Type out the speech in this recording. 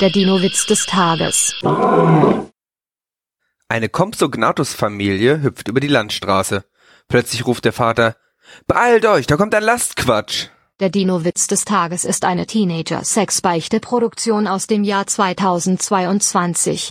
Der Dino-Witz des Tages. Eine Compsognathus-Familie hüpft über die Landstraße. Plötzlich ruft der Vater, Beeilt euch, da kommt ein Lastquatsch. Der Dino-Witz des Tages ist eine Teenager-Sex-Beichte-Produktion aus dem Jahr 2022.